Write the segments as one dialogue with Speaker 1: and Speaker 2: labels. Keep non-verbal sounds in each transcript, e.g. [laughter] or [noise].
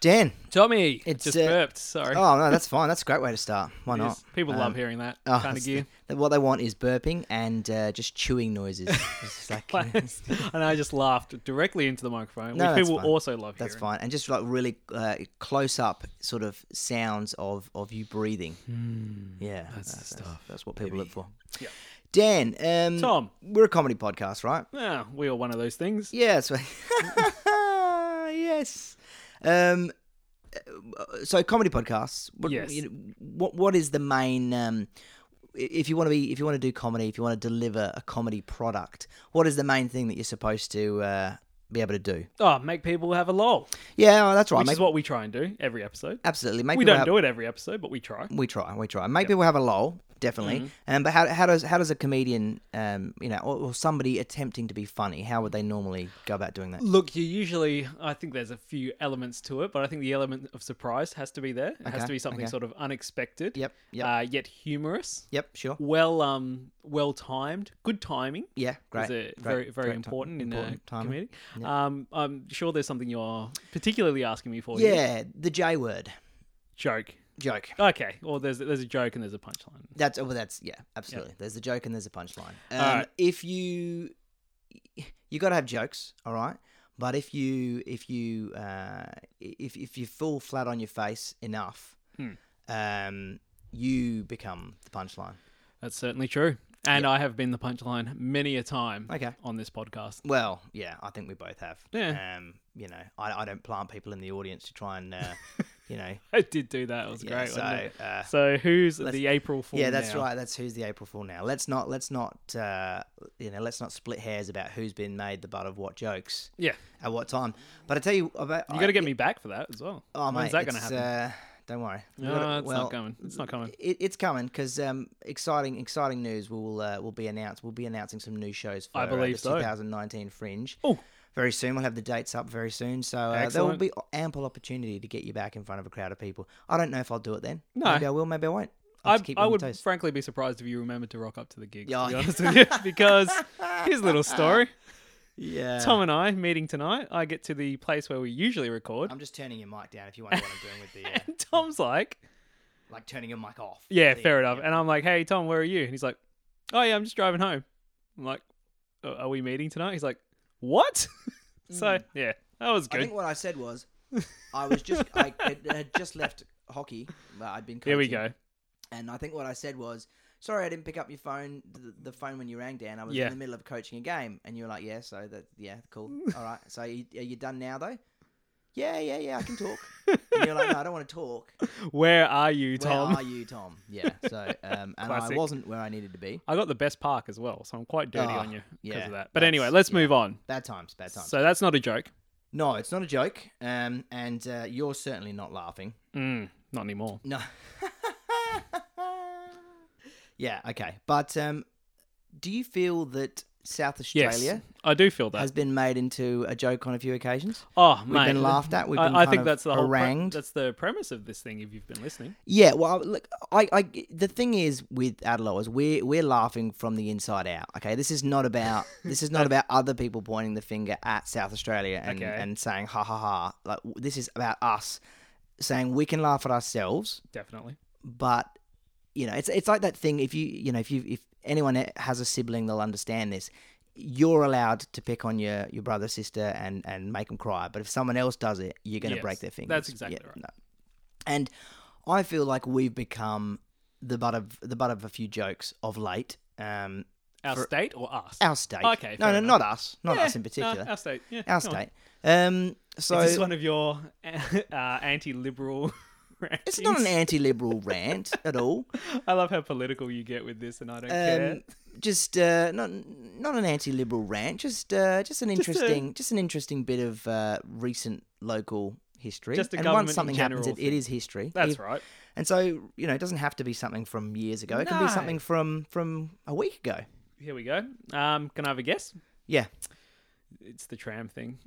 Speaker 1: Dan.
Speaker 2: Tommy,
Speaker 1: It's,
Speaker 2: just
Speaker 1: uh,
Speaker 2: burped. Sorry.
Speaker 1: Oh no, that's fine. That's a great way to start. Why
Speaker 2: It
Speaker 1: not?
Speaker 2: is. People
Speaker 1: Um,
Speaker 2: love hearing that
Speaker 1: oh,
Speaker 2: kind of
Speaker 1: that's the-
Speaker 2: gear.
Speaker 1: that- what they want is burping and uh, just chewing
Speaker 2: [laughs]
Speaker 1: noises. It's just like-
Speaker 2: and I just laughed directly into the microphone,
Speaker 1: No,
Speaker 2: which
Speaker 1: that's
Speaker 2: people
Speaker 1: fine.
Speaker 2: also love
Speaker 1: that's
Speaker 2: hearing.
Speaker 1: fine, and just like really uh, close up sort of sounds of of you breathing. yeah,
Speaker 2: Hmm. that's the stuff,
Speaker 1: That's what people look for.
Speaker 2: Yeah.
Speaker 1: Dan, um,
Speaker 2: Tom.
Speaker 1: we're a comedy podcast, right?
Speaker 2: Yeah, we are one of those things.
Speaker 1: Yeah, so [laughs] yes. Um, uh, so comedy podcasts. What,
Speaker 2: Yes.
Speaker 1: you know, what what is the main? Um, i- if you want to be, if you want to do comedy, if you want to deliver a comedy product, what is the main thing that you're supposed to uh, be able to do?
Speaker 2: Oh, make people have a lol,
Speaker 1: Yeah, well, that's right.
Speaker 2: which
Speaker 1: Make-
Speaker 2: is what we try and do every episode.
Speaker 1: absolutely. Make
Speaker 2: We
Speaker 1: people
Speaker 2: don't
Speaker 1: have-
Speaker 2: do it every episode, but we try.
Speaker 1: We try, we try. Make people have a lull, definitely.
Speaker 2: Mm-hmm.
Speaker 1: Um, but how, how does how does a comedian, um, you know, or, or somebody attempting to be funny, how would they normally go about doing that?
Speaker 2: Look, you usually, I think there's a few elements to it, but I think the element of surprise has to be there. It has
Speaker 1: Okay,
Speaker 2: to be something
Speaker 1: okay.
Speaker 2: sort of unexpected,
Speaker 1: Yep, yep.
Speaker 2: Uh, yet humorous,
Speaker 1: Yep, sure.
Speaker 2: well, um, well timed, good timing.
Speaker 1: Yeah, great.
Speaker 2: is a
Speaker 1: great,
Speaker 2: very very
Speaker 1: great ti-
Speaker 2: important in
Speaker 1: important
Speaker 2: important
Speaker 1: timing.
Speaker 2: comedy. Um, I'm sure there's something you're particularly asking me for. here.
Speaker 1: Yeah, the J word
Speaker 2: joke.
Speaker 1: joke.
Speaker 2: Okay, well there's there's a joke and there's a punchline.
Speaker 1: That's oh, well, that's yeah, absolutely. There's the joke and there's a punchline. Um,
Speaker 2: Alright.
Speaker 1: If you you got to have jokes, all right. But if you if you uh, if if you fall flat on your face enough, um, you become the punchline.
Speaker 2: That's certainly true. And I have been the punchline many a time.
Speaker 1: Okay.
Speaker 2: on this podcast. [laughs]
Speaker 1: Well, yeah, I think we both have.
Speaker 2: Yeah.
Speaker 1: Um, you know, I, I don't plant people in the audience to try and, uh, you know,
Speaker 2: I did do that. It was
Speaker 1: yeah.
Speaker 2: great.
Speaker 1: so,
Speaker 2: wasn't it?
Speaker 1: uh,
Speaker 2: so who's the April Fool?
Speaker 1: yeah, that's
Speaker 2: now?
Speaker 1: right. That's who's the April Fool now. Let's not, let's not, uh, you know, let's not split hairs about who's been made the butt of what jokes
Speaker 2: Yeah,
Speaker 1: at what time. But I tell you about
Speaker 2: you got to get me back for that as well.
Speaker 1: Oh, mate,
Speaker 2: When's that going to
Speaker 1: it's,
Speaker 2: happen?
Speaker 1: Uh, don't worry. We
Speaker 2: no,
Speaker 1: gotta-
Speaker 2: it's
Speaker 1: well, uh,
Speaker 2: not coming. It's not coming.
Speaker 1: It, it's coming because um, exciting, exciting news will uh, will be announced. We'll be announcing some new shows for
Speaker 2: I believe
Speaker 1: uh, the
Speaker 2: so.
Speaker 1: 2019 Fringe.
Speaker 2: Oh.
Speaker 1: very soon we'll have the dates up. Very soon, so uh, there will
Speaker 2: Excellent.
Speaker 1: be ample opportunity to get you back in front of a crowd of people. I don't know if I'll do it then.
Speaker 2: No.
Speaker 1: maybe I will. Maybe I won't. I'll
Speaker 2: I,
Speaker 1: just keep you
Speaker 2: I
Speaker 1: on your
Speaker 2: would
Speaker 1: toes.
Speaker 2: frankly be surprised if you remembered to rock up to the gig.
Speaker 1: Yeah.
Speaker 2: to be honest with you, [laughs] because
Speaker 1: [laughs]
Speaker 2: here's a little story.
Speaker 1: Yeah,
Speaker 2: Tom and I meeting tonight. I get to the place where we usually record.
Speaker 1: I'm just turning your mic down if you wonder what I'm doing with the uh,
Speaker 2: [laughs] And Tom's like,
Speaker 1: like turning your mic off.
Speaker 2: "Yeah,
Speaker 1: thing.
Speaker 2: fair enough." And I'm like, "Hey, Tom, where are you?" And he's like, "Oh yeah, I'm just driving home." I'm like, "Uh, "Are we meeting tonight?" He's like, "What?" [laughs] so yeah, that was
Speaker 1: Mm. I
Speaker 2: good.
Speaker 1: think what I said
Speaker 2: [laughs]
Speaker 1: was, I was just I had, had just left hockey. But I'd been coaching,
Speaker 2: Here we go.
Speaker 1: And I think what I said was, sorry, I didn't pick up your phone, the, the phone when you rang, Dan. I was
Speaker 2: Yeah.
Speaker 1: in the middle of coaching a game, and you were like, yeah, so that, yeah, cool,
Speaker 2: [laughs]
Speaker 1: all right. So you, are you done now though? Yeah, yeah, yeah, I can
Speaker 2: [laughs]
Speaker 1: talk. and you're like, no, I don't want to talk.
Speaker 2: Where are you,
Speaker 1: Where
Speaker 2: Tom?
Speaker 1: are you, Tom? Yeah. So,
Speaker 2: [laughs]
Speaker 1: um, and I
Speaker 2: Classic.
Speaker 1: wasn't where I needed to be.
Speaker 2: [laughs] I got the best park as well, so I'm quite dirty
Speaker 1: Ah,
Speaker 2: on you because
Speaker 1: yeah,
Speaker 2: of that. But
Speaker 1: that's-
Speaker 2: anyway, let's
Speaker 1: yeah.
Speaker 2: move on.
Speaker 1: Bad times, bad times.
Speaker 2: So that's not a joke.
Speaker 1: no, it's not a joke. Um, and uh, you're certainly not laughing.
Speaker 2: Mm, not anymore.
Speaker 1: No. [laughs] yeah, okay. But um, do you feel that South
Speaker 2: Yes,
Speaker 1: Australia
Speaker 2: I do feel that.
Speaker 1: has been made into a joke on a few occasions?
Speaker 2: oh,
Speaker 1: We've
Speaker 2: mate.
Speaker 1: been laughed at. We've been
Speaker 2: I, I
Speaker 1: kind
Speaker 2: think
Speaker 1: of
Speaker 2: that's the whole pre-
Speaker 1: harangued.
Speaker 2: that's the premise of this thing. If you've been listening,
Speaker 1: Yeah, well, I- look, I, I, the thing is with Adelaide is we're we're laughing from the inside out. Okay, this is not [laughs] about this is not about other people pointing the finger at South Australia and
Speaker 2: Okay.
Speaker 1: and saying ha ha ha. Like w- this is about us saying we can laugh at ourselves
Speaker 2: definitely.
Speaker 1: but you know, it's it's like that thing. If you you know, if you if anyone has a sibling, they'll understand this. You're allowed to pick on your your brother, sister, and and make them cry. But if someone else does it, you're going to
Speaker 2: Yes,
Speaker 1: break their fingers.
Speaker 2: that's exactly right.
Speaker 1: no. And I feel like we've become the butt of the butt of a few jokes of late. Um,
Speaker 2: Our state or us?
Speaker 1: our state.
Speaker 2: Okay,
Speaker 1: No,
Speaker 2: fair
Speaker 1: no, not
Speaker 2: enough.
Speaker 1: us. Not us in
Speaker 2: Yeah,
Speaker 1: particular.
Speaker 2: no, our state. Yeah,
Speaker 1: our
Speaker 2: go on.
Speaker 1: state. Um. So
Speaker 2: Is this one of your [laughs] uh, anti-liberal? [laughs]
Speaker 1: it's not an anti-liberal rant at all.
Speaker 2: I love how political you get with this, and I don't care.
Speaker 1: um, just uh, not not an anti-liberal rant, just uh, just an
Speaker 2: a-
Speaker 1: interesting, just, an interesting bit of uh, recent local history.
Speaker 2: Just a
Speaker 1: and
Speaker 2: government
Speaker 1: once
Speaker 2: in
Speaker 1: something happens, it,
Speaker 2: general
Speaker 1: it is history.
Speaker 2: That's
Speaker 1: If-
Speaker 2: right.
Speaker 1: And so you know, it doesn't have to be something from years ago. It can
Speaker 2: No.
Speaker 1: be something from from a week ago.
Speaker 2: Here we go. Um, can I have a guess?
Speaker 1: Yeah,
Speaker 2: It's the tram thing.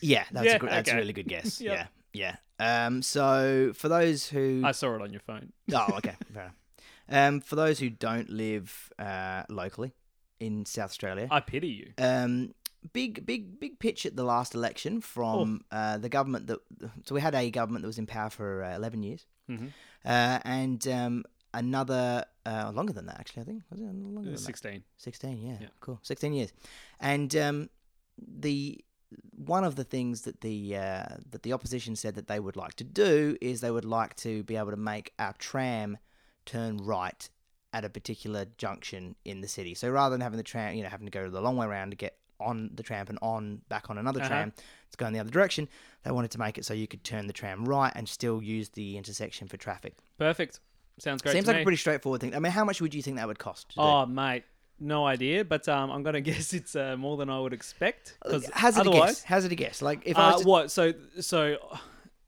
Speaker 1: yeah, that's
Speaker 2: Yeah,
Speaker 1: a gr- that's a
Speaker 2: okay.
Speaker 1: really good
Speaker 2: [laughs]
Speaker 1: guess.
Speaker 2: Yep.
Speaker 1: Yeah, yeah. Um, so for those who
Speaker 2: I saw it on your phone.
Speaker 1: [laughs] Oh, okay. Fair enough. Um, for those who don't live uh, locally in South Australia,
Speaker 2: I pity you.
Speaker 1: um, big, big, big pitch at the last election from uh, the government that. So we had a government that was in power for uh, eleven years,
Speaker 2: Mhm.
Speaker 1: uh, and um, another uh, longer than that. Actually, I think was it longer than that?
Speaker 2: Sixteen.
Speaker 1: Sixteen, yeah,
Speaker 2: Yeah.
Speaker 1: cool, sixteen years, and um, the one of the things that the uh, that the opposition said that they would like to do is they would like to be able to make our tram turn right at a particular junction in the city. So rather than having the tram, you know, having to go the long way around to get on the tram and on back on another
Speaker 2: Uh-huh.
Speaker 1: tram to go in the other direction, they wanted to make it so you could turn the tram right and still use the intersection for traffic.
Speaker 2: Perfect. Sounds great.
Speaker 1: Seems
Speaker 2: to
Speaker 1: like
Speaker 2: me.
Speaker 1: a pretty straightforward thing. I mean, how much would you think that would cost? to do?
Speaker 2: Oh, mate, no idea. But um, I'm gonna [laughs] guess it's uh, more than I would expect. Because
Speaker 1: hazard a guess.
Speaker 2: otherwise,
Speaker 1: Hazard a guess. Like if I
Speaker 2: uh,
Speaker 1: was to-
Speaker 2: what? So, so,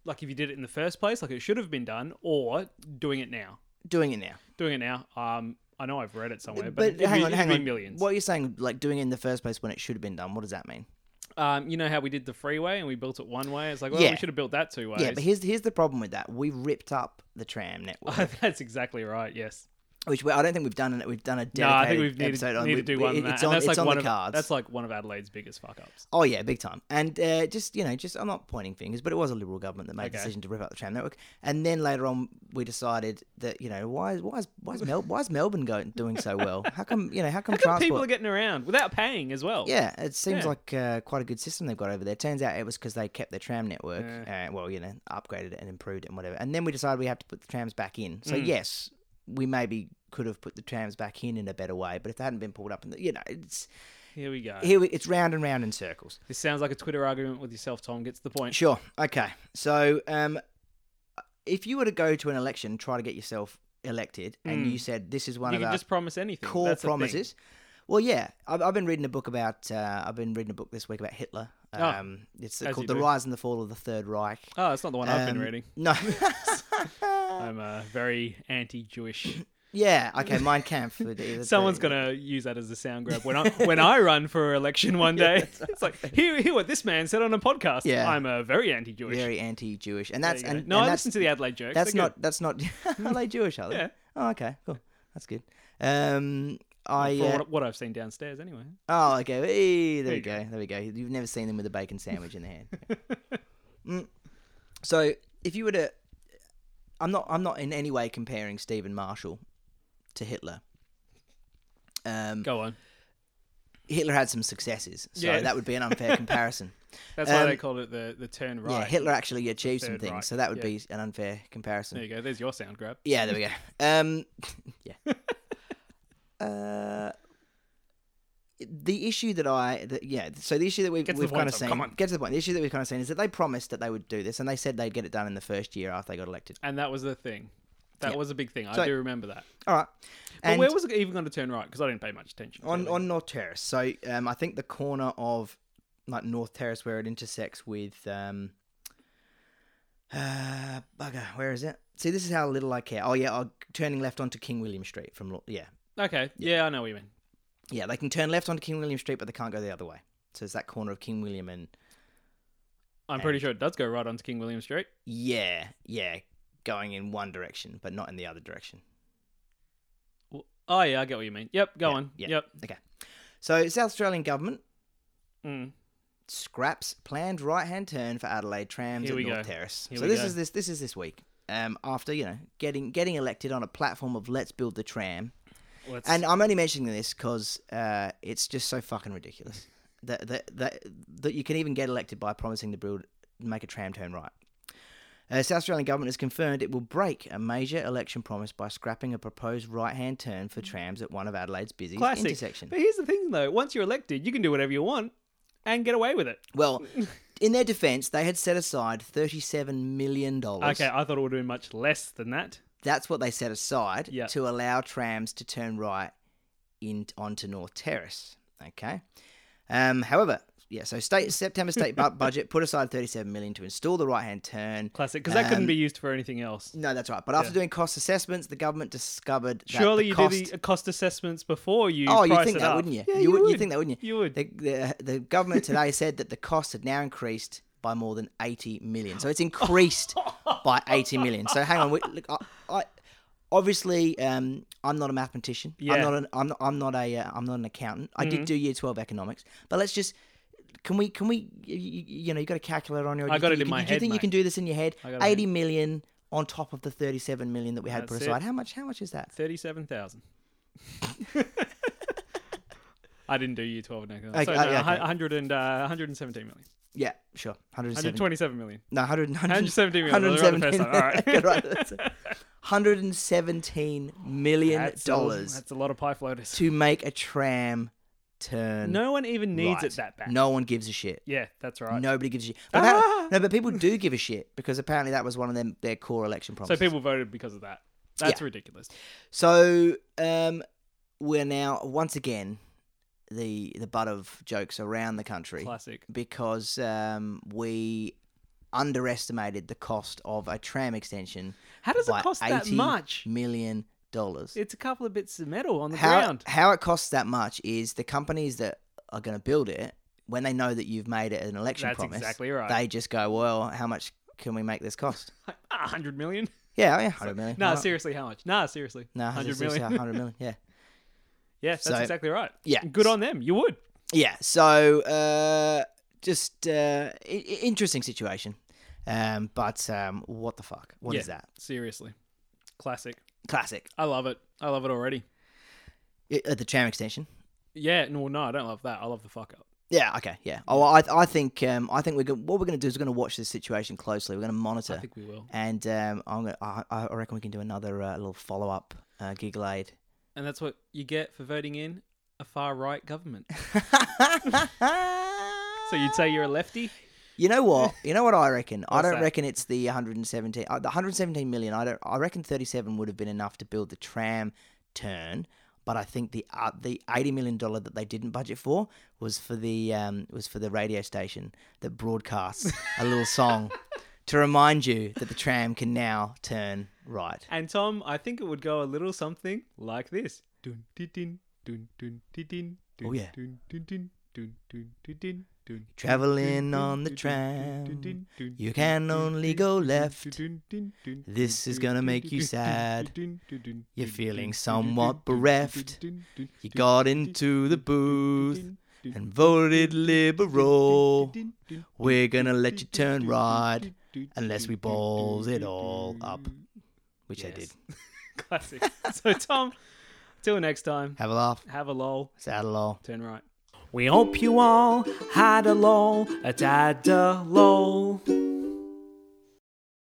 Speaker 2: like, if you did it in the first place, like it should have been done, or doing it now.
Speaker 1: doing it now.
Speaker 2: Doing it now. Um, I know I've read it somewhere, but,
Speaker 1: But
Speaker 2: it'd
Speaker 1: hang
Speaker 2: be,
Speaker 1: on,
Speaker 2: it'd
Speaker 1: hang
Speaker 2: be
Speaker 1: on.
Speaker 2: millions.
Speaker 1: What are you saying? Like doing it in the first place when it should have been done. What does that mean?
Speaker 2: Um, you know how we did the freeway and we built it one way. It's like, well,
Speaker 1: Yeah.
Speaker 2: we should have built that two ways.
Speaker 1: Yeah, but here's here's the problem with that. We ripped up the tram network,
Speaker 2: [laughs] That's exactly right. Yes.
Speaker 1: which we, I don't think we've done. it. We've done a dedicated
Speaker 2: No, I think we've needed,
Speaker 1: episode on.
Speaker 2: need to
Speaker 1: we-
Speaker 2: do one.
Speaker 1: it-
Speaker 2: on that.
Speaker 1: It's
Speaker 2: and
Speaker 1: on,
Speaker 2: that's
Speaker 1: it's
Speaker 2: like
Speaker 1: on
Speaker 2: one
Speaker 1: the
Speaker 2: of
Speaker 1: cards.
Speaker 2: that's like one of Adelaide's biggest fuck ups.
Speaker 1: Oh yeah, big time. And uh, just you know, just I'm not pointing fingers, but it was a liberal government that made
Speaker 2: Okay.
Speaker 1: the decision to rip up the tram network. And then later on, we decided that you know why is why is why is, Mel- why is Melbourne going doing so well? How come you know how come,
Speaker 2: How come
Speaker 1: transport?
Speaker 2: people are getting around without paying as well?
Speaker 1: Yeah, it seems
Speaker 2: Yeah.
Speaker 1: like uh, quite a good system they've got over there. Turns out it was because they kept their tram network, uh, well, you know, upgraded it and improved it and whatever. And then we decided we have to put the trams back in.
Speaker 2: Mm.
Speaker 1: So yes, we maybe could have put the trams back in in a better way, but if they hadn't been pulled up, and you know, it's
Speaker 2: Here we go.
Speaker 1: here we, it's round and round in circles.
Speaker 2: This sounds like a Twitter argument with yourself, Tom. Gets the point.
Speaker 1: Sure. Okay. So, um, if you were to go to an election, try to get yourself elected, and you said this is one
Speaker 2: Mm. You
Speaker 1: of
Speaker 2: can
Speaker 1: our
Speaker 2: just promise anything.
Speaker 1: core
Speaker 2: That's the thing.
Speaker 1: promises. Well, yeah, I've, I've been reading a book about. Uh, I've been reading a book this week about Hitler.
Speaker 2: Oh,
Speaker 1: Um, it's
Speaker 2: as
Speaker 1: called
Speaker 2: you
Speaker 1: "The
Speaker 2: do.
Speaker 1: Rise and the Fall of the Third Reich."
Speaker 2: Oh, it's not the one I've been
Speaker 1: Um,
Speaker 2: reading. [laughs]
Speaker 1: No, [laughs]
Speaker 2: I'm uh, very
Speaker 1: [laughs]
Speaker 2: anti-Jewish.
Speaker 1: yeah, okay, Mein Kampf. It- it's a-
Speaker 2: Someone's gonna use that as a sound grab
Speaker 1: [laughs]
Speaker 2: when I when I run for election one day. it's like hear hear what this man said on a podcast.
Speaker 1: Yeah.
Speaker 2: I'm uh, very anti-Jewish.
Speaker 1: very anti-Jewish, and
Speaker 2: There
Speaker 1: that's
Speaker 2: you go.
Speaker 1: and
Speaker 2: no,
Speaker 1: and
Speaker 2: I
Speaker 1: that's,
Speaker 2: listen to the Adelaide jokes.
Speaker 1: that's
Speaker 2: They're good.
Speaker 1: not that's not [laughs] are they Jewish? Are they?
Speaker 2: [laughs] Yeah.
Speaker 1: Oh, okay, cool. That's good. Um, I
Speaker 2: for
Speaker 1: uh,
Speaker 2: what, what I've seen downstairs anyway.
Speaker 1: oh okay. Hey, there, we
Speaker 2: you
Speaker 1: go. There we go. You've never seen them with a bacon sandwich in their hand.
Speaker 2: [laughs]
Speaker 1: Mm. So if you were to, I'm not I'm not in any way comparing Stephen Marshall to Hitler. Um,
Speaker 2: Go on.
Speaker 1: Hitler had some successes, so
Speaker 2: Yeah.
Speaker 1: that would be an unfair
Speaker 2: [laughs]
Speaker 1: comparison.
Speaker 2: That's why
Speaker 1: Um,
Speaker 2: they called it the the turn right.
Speaker 1: Yeah, Hitler actually achieved some
Speaker 2: Third
Speaker 1: things,
Speaker 2: Reich,
Speaker 1: so that would
Speaker 2: yeah.
Speaker 1: be an unfair comparison.
Speaker 2: There you go. There's your sound grab.
Speaker 1: Yeah, there we go. Um, [laughs]
Speaker 2: [laughs]
Speaker 1: yeah. uh, the issue that I, that, yeah, so the issue that we've,
Speaker 2: Get to the
Speaker 1: we've
Speaker 2: point,
Speaker 1: kind of
Speaker 2: Tom,
Speaker 1: seen,
Speaker 2: come on.
Speaker 1: get to the point. The issue that we've kind of seen is that they promised that they would do this, and they said they'd get it done in the first year after they got elected.
Speaker 2: And that was the thing. That
Speaker 1: Yeah.
Speaker 2: was a big thing. I
Speaker 1: So-
Speaker 2: do remember that.
Speaker 1: All right.
Speaker 2: But
Speaker 1: And
Speaker 2: where was it even going to turn right? Because I didn't pay much attention.
Speaker 1: on
Speaker 2: really.
Speaker 1: on North Terrace? So um, I think the corner of like North Terrace where it intersects with um, uh, bugger, where is it? See, this is how little I care. Oh yeah, oh, turning left onto King William Street from Lo- yeah,
Speaker 2: Okay. Yeah. I know what you mean.
Speaker 1: Yeah, they can turn left onto King William Street, but they can't go the other way. So it's that corner of King William and
Speaker 2: I'm pretty sure it does go right onto King William Street.
Speaker 1: yeah, yeah, going in one direction, but not in the other direction.
Speaker 2: W- Oh yeah, I get what you mean. Yep. Go
Speaker 1: Yeah,
Speaker 2: on.
Speaker 1: yeah.
Speaker 2: Yep.
Speaker 1: Okay. So South Australian government
Speaker 2: Mm.
Speaker 1: scraps planned right-hand turn for Adelaide trams
Speaker 2: Here
Speaker 1: at
Speaker 2: we
Speaker 1: North
Speaker 2: go.
Speaker 1: Terrace.
Speaker 2: Here
Speaker 1: so
Speaker 2: we
Speaker 1: this
Speaker 2: go.
Speaker 1: is this this is this week. Um, after you know getting getting elected on a platform of let's build the tram,
Speaker 2: Let's,
Speaker 1: and I'm only mentioning this because uh, it's just so fucking ridiculous that that that that you can even get elected by promising to build make a tram turn right. Uh, South Australian government has confirmed it will break a major election promise by scrapping a proposed right-hand turn for trams at one of Adelaide's busiest
Speaker 2: classic.
Speaker 1: intersections.
Speaker 2: But here's the thing, though. Once you're elected, you can do whatever you want and get away with it.
Speaker 1: Well, in their defence, they had set aside thirty-seven million dollars.
Speaker 2: Okay. I thought it would have been much less than that.
Speaker 1: that's what they set aside
Speaker 2: Yeah.
Speaker 1: to allow trams to turn right in onto North Terrace. Okay. Um, however, yeah, so state September state bu- budget put aside 37 million to install the right-hand turn.
Speaker 2: Classic. Because that
Speaker 1: Um,
Speaker 2: couldn't be used for anything else.
Speaker 1: No, that's right. But after doing cost assessments, the government discovered that
Speaker 2: Surely
Speaker 1: the
Speaker 2: you
Speaker 1: cost...
Speaker 2: do the cost assessments before you.
Speaker 1: Oh,
Speaker 2: price
Speaker 1: you'd think
Speaker 2: it
Speaker 1: that,
Speaker 2: up.
Speaker 1: wouldn't you?
Speaker 2: Yeah,
Speaker 1: you, would,
Speaker 2: would.
Speaker 1: You'd think that, wouldn't you?
Speaker 2: You would.
Speaker 1: The, the, the government today said that the cost had now increased by more than 80 million. So it's
Speaker 2: [laughs]
Speaker 1: increased by 80 million. So hang on. We, look, I, I, obviously, um, I'm not a mathematician.
Speaker 2: Yeah. Mm-hmm.
Speaker 1: I'm not an, I'm, not- I'm not a, uh, I'm not an accountant. I did do year 12 economics. But let's just, Can we? Can we? You, you know, you got a calculator on your.
Speaker 2: I
Speaker 1: you
Speaker 2: got
Speaker 1: think
Speaker 2: it
Speaker 1: you
Speaker 2: in
Speaker 1: can-
Speaker 2: my
Speaker 1: do
Speaker 2: head,
Speaker 1: you think you
Speaker 2: mate.
Speaker 1: can do this in your head?
Speaker 2: I got it in my
Speaker 1: Eighty million on top of the thirty-seven million that we had
Speaker 2: That's
Speaker 1: put
Speaker 2: it.
Speaker 1: aside. How much? How much is that? [laughs]
Speaker 2: Thirty-seven thousand. I didn't do year twelve. No,
Speaker 1: Okay,
Speaker 2: so
Speaker 1: uh,
Speaker 2: no,
Speaker 1: yeah,
Speaker 2: a hun-
Speaker 1: okay.
Speaker 2: 100 and, uh, 117 million.
Speaker 1: Yeah, sure. Hundred seventy.
Speaker 2: 127 million.
Speaker 1: [laughs] No, hundred.
Speaker 2: 117 million. Those are the
Speaker 1: 117
Speaker 2: first time. All
Speaker 1: [laughs]
Speaker 2: right.
Speaker 1: Good,
Speaker 2: [laughs]
Speaker 1: right, that's it. 117 million
Speaker 2: That's a-
Speaker 1: dollars
Speaker 2: That's a lot of pie floaters.
Speaker 1: to make a tram turn.
Speaker 2: No one even needs
Speaker 1: right.
Speaker 2: it that bad.
Speaker 1: No one gives a shit.
Speaker 2: Yeah, that's right. Ah!
Speaker 1: Nobody gives a shit. But apparently- no, but people do give a shit because apparently that was one of them their core election
Speaker 2: So
Speaker 1: promises.
Speaker 2: people voted because of that. That's ridiculous.
Speaker 1: So um, we're now once again the the butt of jokes around the country
Speaker 2: Classic.
Speaker 1: because um, we underestimated the cost of a tram extension
Speaker 2: How does it
Speaker 1: by
Speaker 2: cost that
Speaker 1: 80
Speaker 2: much?
Speaker 1: million dollars.
Speaker 2: It's a couple of bits of metal on the
Speaker 1: How,
Speaker 2: ground.
Speaker 1: how it costs that much is the companies that are going to build it when they know that you've made it an election
Speaker 2: That's
Speaker 1: promise.
Speaker 2: exactly right.
Speaker 1: They just go, well, how much can we make this cost?
Speaker 2: Like, ah,
Speaker 1: [laughs]
Speaker 2: 100 million?
Speaker 1: Yeah, yeah, hundred million.
Speaker 2: Nah, seriously, how much? Nah, seriously.
Speaker 1: no,
Speaker 2: 100 million.
Speaker 1: hundred million. [laughs] Yeah,
Speaker 2: [laughs] Yeah, that's
Speaker 1: So-
Speaker 2: exactly right.
Speaker 1: yeah.
Speaker 2: Good on them. You would.
Speaker 1: Yeah. So, uh, just uh, i- i- interesting situation. Um, but um, what the fuck? What is
Speaker 2: Yeah.
Speaker 1: that?
Speaker 2: Seriously. Classic.
Speaker 1: Classic.
Speaker 2: I love it. I love it already.
Speaker 1: I- uh, the tram extension.
Speaker 2: Yeah, no, no, I don't love that. I love the fuck up.
Speaker 1: Yeah. Okay. Yeah. Oh, well, I, I think um, I think we're go- what we're going to do is we're going to watch this situation closely. We're going to monitor,
Speaker 2: I think we will.
Speaker 1: and um, I'm gonna, I, I reckon we can do another uh, little follow up uh, giggle aid.
Speaker 2: And that's what you get for voting in a far right government. So you'd say you're a lefty?
Speaker 1: You know what? You know what I reckon. I
Speaker 2: What's
Speaker 1: don't
Speaker 2: that?
Speaker 1: reckon it's the 117. Uh, the 117 million. I don't. I reckon 37 would have been enough to build the tram turn. But I think the uh, the 80 million dollar that they didn't budget for was for the um, was for the radio station that broadcasts a little
Speaker 2: [laughs]
Speaker 1: song to remind you that the tram can now turn right.
Speaker 2: And Tom, I think it would go a little something like this. Dun dun dun dun dun dun dun.
Speaker 1: Oh,
Speaker 2: dun,
Speaker 1: yeah.
Speaker 2: Dun dun dun dun dun dun dun dun.
Speaker 1: Traveling
Speaker 2: dun,
Speaker 1: on the
Speaker 2: dun, dun,
Speaker 1: tram,
Speaker 2: dun, dun, dun,
Speaker 1: You
Speaker 2: dun,
Speaker 1: can
Speaker 2: dun,
Speaker 1: only
Speaker 2: dun,
Speaker 1: go
Speaker 2: dun,
Speaker 1: left.
Speaker 2: dun, dun,
Speaker 1: [laughs]
Speaker 2: dun, dun,
Speaker 1: This is
Speaker 2: dun,
Speaker 1: gonna
Speaker 2: dun,
Speaker 1: make
Speaker 2: dun,
Speaker 1: you
Speaker 2: dun, dun,
Speaker 1: sad.
Speaker 2: dun, dun, dun,
Speaker 1: You're
Speaker 2: dun,
Speaker 1: feeling
Speaker 2: dun, dun,
Speaker 1: somewhat
Speaker 2: dun, dun,
Speaker 1: bereft.
Speaker 2: dun, dun,
Speaker 1: You
Speaker 2: dun,
Speaker 1: got
Speaker 2: dun,
Speaker 1: into the
Speaker 2: dun, dun,
Speaker 1: booth
Speaker 2: dun, dun,
Speaker 1: and
Speaker 2: dun,
Speaker 1: voted
Speaker 2: dun, dun, dun,
Speaker 1: Liberal.
Speaker 2: dun, dun, dun,
Speaker 1: We're
Speaker 2: dun,
Speaker 1: gonna
Speaker 2: dun,
Speaker 1: let you
Speaker 2: dun,
Speaker 1: turn
Speaker 2: dun,
Speaker 1: right
Speaker 2: dun, dun,
Speaker 1: unless
Speaker 2: dun,
Speaker 1: we
Speaker 2: dun, dun,
Speaker 1: balls it
Speaker 2: dun,
Speaker 1: all
Speaker 2: dun.
Speaker 1: up, which I
Speaker 2: Yes.
Speaker 1: did.
Speaker 2: Classic. so, Tom, till next time,
Speaker 1: Have a laugh.
Speaker 2: have a lol,
Speaker 1: Saddle all.
Speaker 2: turn right. We hope you all had a lol, a dad a lol.